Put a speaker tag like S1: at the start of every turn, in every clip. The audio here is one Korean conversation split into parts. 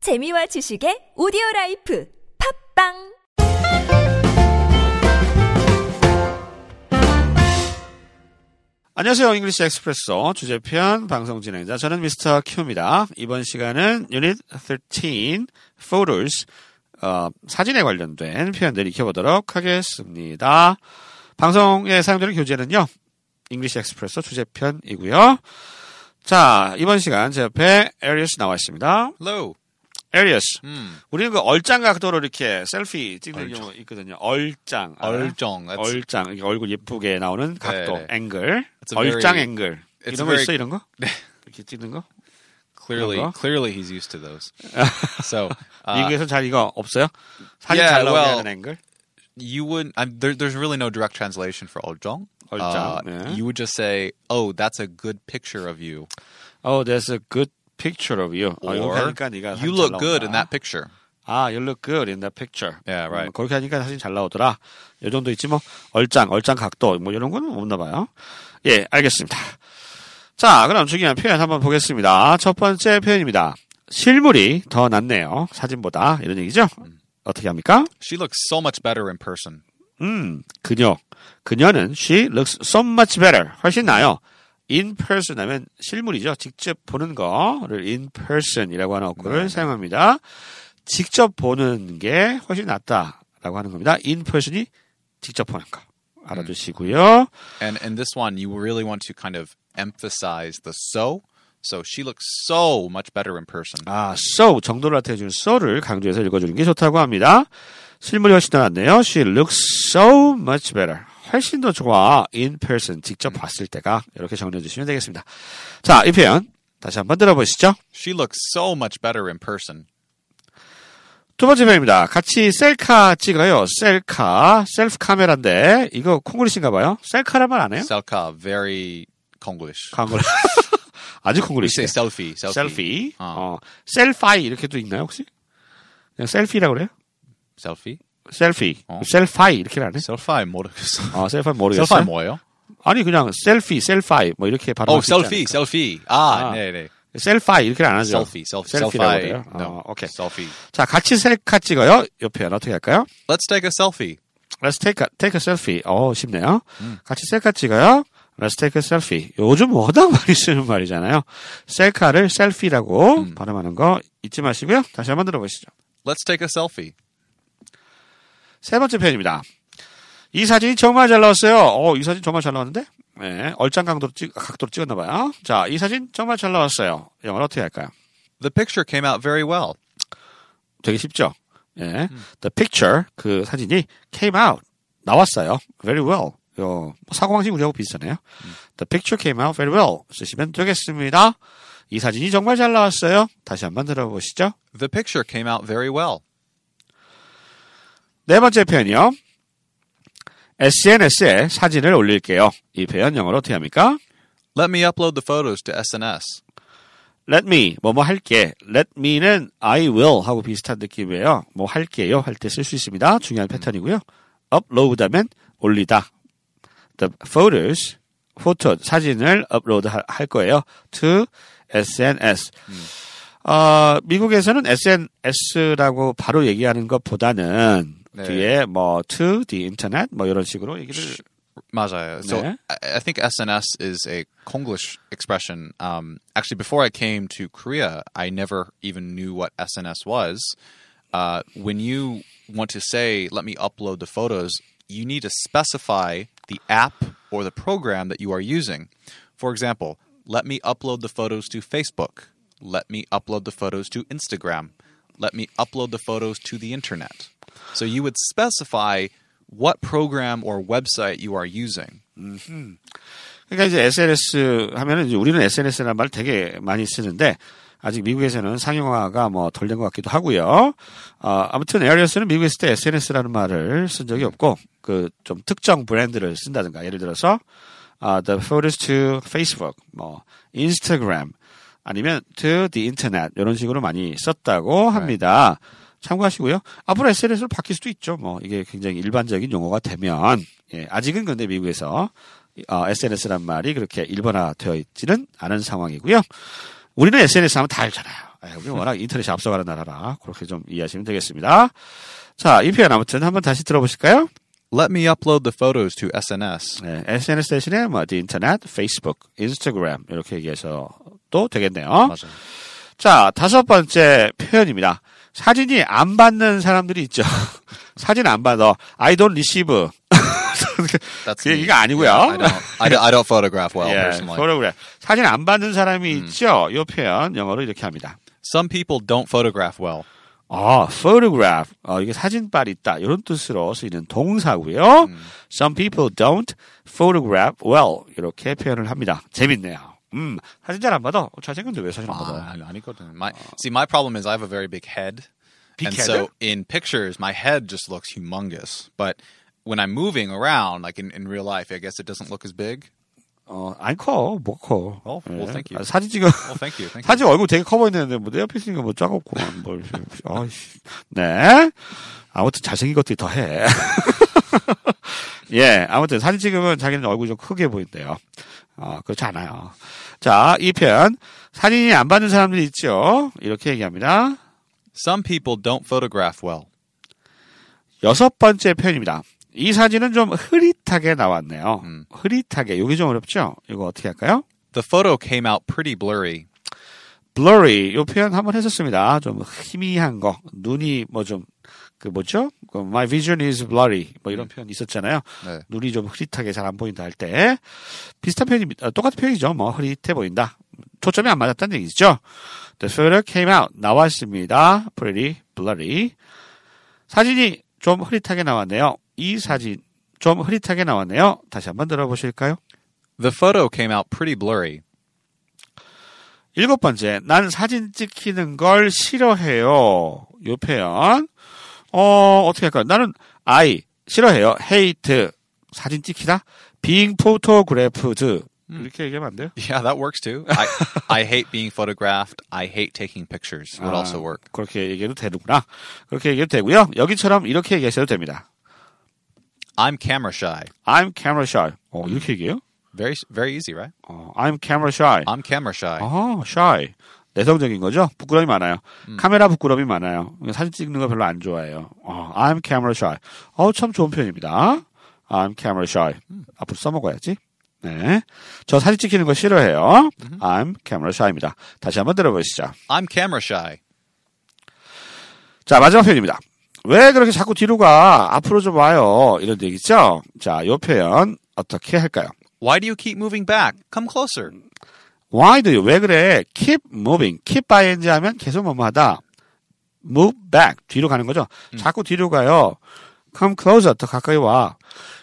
S1: 재미와 지식의 오디오 라이프 팝빵
S2: 안녕하세요. 잉글리시 엑스프레소 주제편 방송 진행자 저는 미스터 큐입니다. 이번 시간은 유닛 13 photos 어, 사진에 관련된 표현들 익혀보도록 하겠습니다. 방송에 사용되는 교재는요. 잉글리시 엑스프레소 주제편이고요. 자, 이번 시간 제 옆에 에리어스 나와 있습니다.
S3: Hello.
S2: 에리어스.
S3: 음.
S2: 우리는 그 얼짱 각도로 이렇게 셀피 찍는
S3: 얼짱.
S2: 경우 있거든요. 얼짱. 알아요?
S3: 얼정. That's,
S2: 얼짱. 이렇게 얼굴 예쁘게 나오는 각도,
S3: 네.
S2: 앵글.
S3: It's a very-
S2: 얼짱 앵글.
S3: it's
S2: 이런 거
S3: a very- 네.
S2: 있어, 이런 거? 이렇게 찍는 거?
S3: clearly,
S2: 그런가?
S3: clearly he's used to those. so uh,
S2: 미국에서 잘 이거 없어요? 사진
S3: yeah,
S2: 잘 나오게
S3: well,
S2: 하는 앵글?
S3: you would. I'm, there, there's really no direct translation for Oljong.
S2: 얼짱,
S3: Uh,
S2: 네.
S3: You would just say, "Oh, that's a good picture of you,"
S2: Oh, that's a good picture of you. 아, 이렇게
S3: or
S2: 하니까 네가 사진 잘
S3: "You look Oh, good
S2: 나온다.
S3: in that picture."
S2: 아, you look good in that picture.
S3: Yeah, right.
S2: 음, 그렇게 하니까 사진 잘 나오더라. 이 정도 있지 뭐 얼짱, 얼짱 각도 뭐 이런 건 없나 봐요. 예, 알겠습니다. 자, 그럼 중요한 표현 한번 보겠습니다. 첫 번째 표현입니다. 실물이 더 낫네요. 사진보다 이런 얘기죠.
S3: 음.
S2: 어떻게 합니까?
S3: She looks so much better in person.
S2: 음, 그녀. 그녀는 she looks so much better. 훨씬 나요. in person 하면 실물이죠. 직접 보는 거를 in person이라고 하는 어구를 사용합니다. 직접 보는 게 훨씬 낫다라고 하는 겁니다. in person이 직접 보는 거. 알아두시고요.
S3: And in this one, you really want to kind of emphasize the "so." So she looks so much better in person.
S2: 아, so 정도를 나타내주는 so를 강조해서 읽어주는 게 좋다고 합니다. 실물이 훨씬 더 낫네요. She looks so much better. 훨씬 더 좋아. In person 직접 봤을 때가 이렇게 정리해 주시면 되겠습니다. 자, 이 표현 다시 한번 들어보시죠.
S3: She looks so much better in person.
S2: 두 번째 표현입니다. 같이 셀카 찍어요. 셀카, 셀프 카메라인데 이거 콩글리시인가 봐요. 셀카란 말 안 해요?
S3: Selka, very Konglish.
S2: 강글 아주
S3: We say
S2: 콩글리시.
S3: selfie. Selfie.
S2: 셀피,
S3: 어.
S2: 어, 셀파이 이렇게도 있나요 혹시? 그냥 셀피라고 그래요?
S3: Selfie.
S2: 셀피,
S3: 어.
S2: 셀파이 이렇게 안 해?
S3: 셀파이 모르겠어.
S2: 아, 셀파 모르겠어요.
S3: 셀파이 뭐예요?
S2: 아니 그냥 셀피, 셀파이 뭐 이렇게 발음.
S3: 어, 셀피, 셀피. 아, 네, 네.
S2: 셀파이 이렇게 안 하죠.
S3: 셀피, 셀피,
S2: 셀피라고
S3: 셀파이. 네.
S2: 그래요.
S3: No,
S2: 어, 오케이.
S3: 셀피.
S2: 자, 같이 셀카 찍어요. 옆에 어떻게 할까요?
S3: Let's take a selfie.
S2: Let's take a, take a selfie. 어, 쉽네요.
S3: 음.
S2: 같이 셀카 찍어요. Let's take a selfie. 요즘 워낙 많이 쓰는 말이잖아요. 셀카를 셀피라고 발음하는 거 잊지 마시고요. 다시 한번 들어보시죠.
S3: Let's take a selfie.
S2: 세 번째 표현입니다. 이 사진이 정말 잘 나왔어요. 어, 이 사진 정말 잘 나왔는데? 네, 얼짱 강도로 찍, 각도로 찍었나봐요. 자, 이 사진 정말 잘 나왔어요. 영어로 어떻게 할까요?
S3: The picture came out very well.
S2: 되게 쉽죠. 예. The picture 그 사진이 came out 나왔어요. Very well. 요 사고방식 우리하고 비슷하네요. The picture came out very well 쓰시면 되겠습니다. 이 사진이 정말 잘 나왔어요. 다시 한번 들어보시죠.
S3: The picture came out very well.
S2: 네 번째 표현이요. SNS에 사진을 올릴게요. 이 표현 영어로 어떻게 합니까?
S3: Let me upload the photos to SNS.
S2: Let me 뭐뭐 할게. Let me는 I will 하고 비슷한 느낌이에요. 뭐 할게요 할 때 쓸 수 있습니다. 중요한 패턴이고요. upload하면 올리다. The photos 포토 사진을 업로드 하- 할 거예요. To SNS. 어, 미국에서는 SNS라고 바로 얘기하는 것보다는
S3: 네.
S2: 뒤에 뭐 to the internet 뭐 이런 식으로 얘기를
S3: 맞아요. So
S2: 네.
S3: I, I think SNS is a Konglish expression. Um, actually, before I came to Korea, I never even knew what SNS was. Uh, when you want to say, let me upload the photos, you need to specify the app or the program that you are using. For example, let me upload the photos to Facebook. Let me upload the photos to Instagram. Let me upload the photos to the internet. So you would specify what program or website you are using.
S2: 그러니까 이제 SNS 하면은 이제 우리는 SNS라는 말 되게 많이 쓰는데 아직 미국에서는 상용화가 뭐 덜 된 것 같기도 하고요. 어, 아무튼 에어리어스는 미국에 있을 때 SNS라는 말을 쓴 적이 없고 그 좀 특정 브랜드를 쓴다든가 예를 들어서 아, the photos to Facebook, 뭐 Instagram 아니면 to the internet 이런 식으로 많이 썼다고 합니다. 참고하시고요. 앞으로 SNS로 바뀔 수도 있죠. 뭐 이게 굉장히 일반적인 용어가 되면 예, 아직은 근데 미국에서 어, SNS란 말이 그렇게 일반화되어 있지는 않은 상황이고요. 우리는 SNS 하면 다 알잖아요. 아, 우리 워낙 인터넷이 앞서가는 나라라 그렇게 좀 이해하시면 되겠습니다. 자, 이 표현 아무튼 한번 다시 들어보실까요?
S3: Let me upload the photos to SNS.
S2: 네, SNS 대신에 뭐 the internet, Facebook, Instagram 이렇게 얘기해서 또 되겠네요.
S3: 맞아요.
S2: 자, 다섯 번째 표현입니다. 사진이 안 받는 사람들이 있죠. 사진 안 받아. I don't receive.
S3: That's
S2: 그게
S3: me.
S2: 이거 아니고요.
S3: Yeah, I, don't, I, don't, I don't photograph well
S2: 예,
S3: personally.
S2: 그래 그래. 사진 안 받는 사람이 있죠. 이 표현 영어로 이렇게 합니다.
S3: Some people don't photograph well.
S2: 아, photograph. 어, 이게 사진빨 있다. 이런 뜻으로 쓰이는 동사고요. Some people don't photograph well. 이렇게 표현을 합니다. 재밌네요. 음, 사진 잘 안 받아. 잘생겼는데 왜 사진 안 받아?
S3: 아, 아니거든. My, see, my problem is I have a very big head.
S2: Big
S3: and
S2: head?
S3: so in pictures, my head just looks humongous. But when I'm moving around, like in, in real life, I guess it doesn't look as big.
S2: 어, 안 커. 뭐 커.
S3: 어, well, thank you.
S2: 아, 사진 찍어.
S3: Well, thank you. Thank you.
S2: 사진 얼굴 되게 커 보이는데 뭐 내 옆에 있으니까 뭐 작았고 뭘 아이씨 네 아무튼 잘생긴 것들이 더해 예 아무튼 사진 찍으면 자기는 얼굴이 좀 크게 보인대요 아 그렇지 않아요 자이편 사진이 안 받는 사람들이 있죠 이렇게 얘기합니다
S3: Some people don't photograph well.
S2: 여섯 번째 편입니다 이 사진은 좀 흐릿하게 나왔네요 흐릿하게 요게 좀 어렵죠 이거 어떻게 할까요?
S3: The photo came out pretty blurry.
S2: blurry 요 표현 한번 했었습니다. 좀 희미한 거 눈이 뭐 좀 그 뭐죠? 그 My vision is blurry 뭐 이런 표현 있었잖아요.
S3: 네.
S2: 눈이 좀 흐릿하게 잘 안 보인다 할 때 비슷한 표현입니다. 어, 똑같은 표현이죠. 뭐 흐릿해 보인다. 초점이 안 맞았다는 얘기죠. The photo came out 나왔습니다. Pretty blurry 사진이 좀 흐릿하게 나왔네요. 이 사진 좀 흐릿하게 나왔네요. 다시 한번 들어보실까요?
S3: The photo came out pretty blurry.
S2: 일곱 번째, 난 사진 찍히는 걸 싫어해요. 요 표현. 어, 어떻게 할까요? 나는 I, 싫어해요. hate, 사진 찍히다. being photographed. 이렇게 얘기하면 안 돼요?
S3: Yeah, that works too. I, I hate being photographed. I hate taking pictures. Would
S2: 아,
S3: also work.
S2: 그렇게 얘기해도 되는구나. 그렇게 얘기해도 되고요. 여기처럼 이렇게 얘기하셔도 됩니다.
S3: I'm camera shy.
S2: I'm camera shy. 어, 이렇게 얘기해요?
S3: Very very easy, right?
S2: 어, I'm camera shy.
S3: I'm camera shy.
S2: 어, shy. 내성적인 거죠? 부끄러움이 많아요. 카메라 부끄러움이 많아요. 사진 찍는 거 별로 안 좋아해요. 어, I'm camera shy. 어, 참 좋은 표현입니다. I'm camera shy. 앞으로 써먹어야지. 네. 저 사진 찍히는 거 싫어해요. I'm camera shy입니다. 다시 한번 들어보시죠.
S3: I'm camera shy.
S2: 자, 마지막 표현입니다. 왜 그렇게 자꾸 뒤로 가? 앞으로 좀 와요. 이런 얘기죠? 자, 요 표현 어떻게 할까요?
S3: Why do you keep moving back? Come closer.
S2: Why do you? 왜 그래? Keep moving. Keep by ing 하면 계속 뭐뭐하다. Move back. 뒤로 가는 거죠. 자꾸 뒤로 가요. Come closer. 더 가까이 와.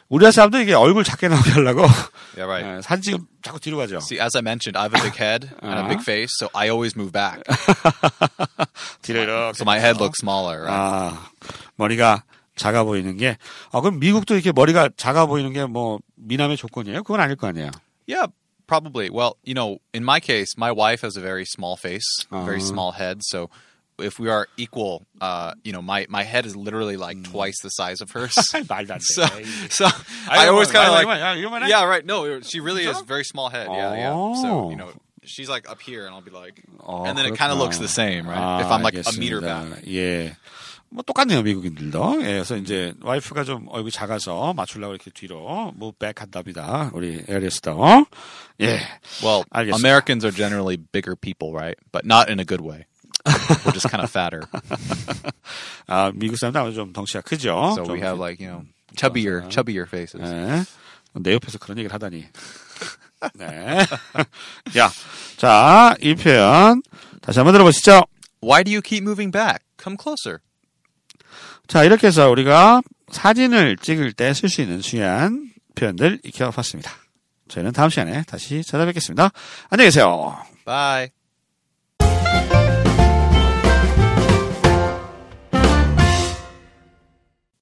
S2: 우리나라 사람들 이게 얼굴 작게 나오게 하려고
S3: Yeah, right.
S2: 예, 사진 찍으면 자꾸 뒤로 가죠.
S3: Uh, See, as I mentioned, I have a big head and a big face, so I always move back.
S2: 뒤로 이렇게.
S3: So my head looks smaller. Right?
S2: 아 머리가 작아 보이는 게. 아 그럼 미국도 이렇게 머리가 작아 보이는 게 뭐 미남의 조건이에요? 그건 아닐 거 아니에요.
S3: yeah, probably. Well, you know, in my case, my wife has a very small face, very small head, so if we are equal, uh, you know, my, my head is literally like twice the size of hers.
S2: 말도 안 돼.
S3: so so I always kind of like
S2: 이거만
S3: Yeah, right. No, she really is very small head. Yeah, yeah.
S2: Oh.
S3: So you know, she's like up here, and I'll be like,
S2: Oh,
S3: and then it kind of
S2: 그렇구나.
S3: looks the same,
S2: 아,
S3: right? if I'm like a meter
S2: 알겠습니다.
S3: back.
S2: 예. 뭐 똑같네요, 미국인들도. 예, 그래서 이제 와이프가 좀 얼굴이 작아서 맞추려고 이렇게 뒤로 무백 한답니다. 우리 에리스도. 예.
S3: Well,
S2: 알겠습니다.
S3: Americans are generally bigger people, right? But not in a good way. We're just kind of fatter,
S2: 아, 미국 사람들 아무래도 좀 덩치가 크죠.
S3: so
S2: 좀
S3: we have like you know chubbier, chubbier faces.
S2: 네. 내 옆에서 그런 얘기를 하다니. 네. 야. 자, 이 표현 다시 한번 들어보시죠.
S3: Why do you keep moving back? Come closer.
S2: 자, 이렇게 해서 우리가 사진을 찍을 때 쓸 수 있는 중요한 표현들 익혀봤습니다. 저희는 다음 시간에 다시 찾아뵙겠습니다. 안녕히 계세요.
S3: Bye.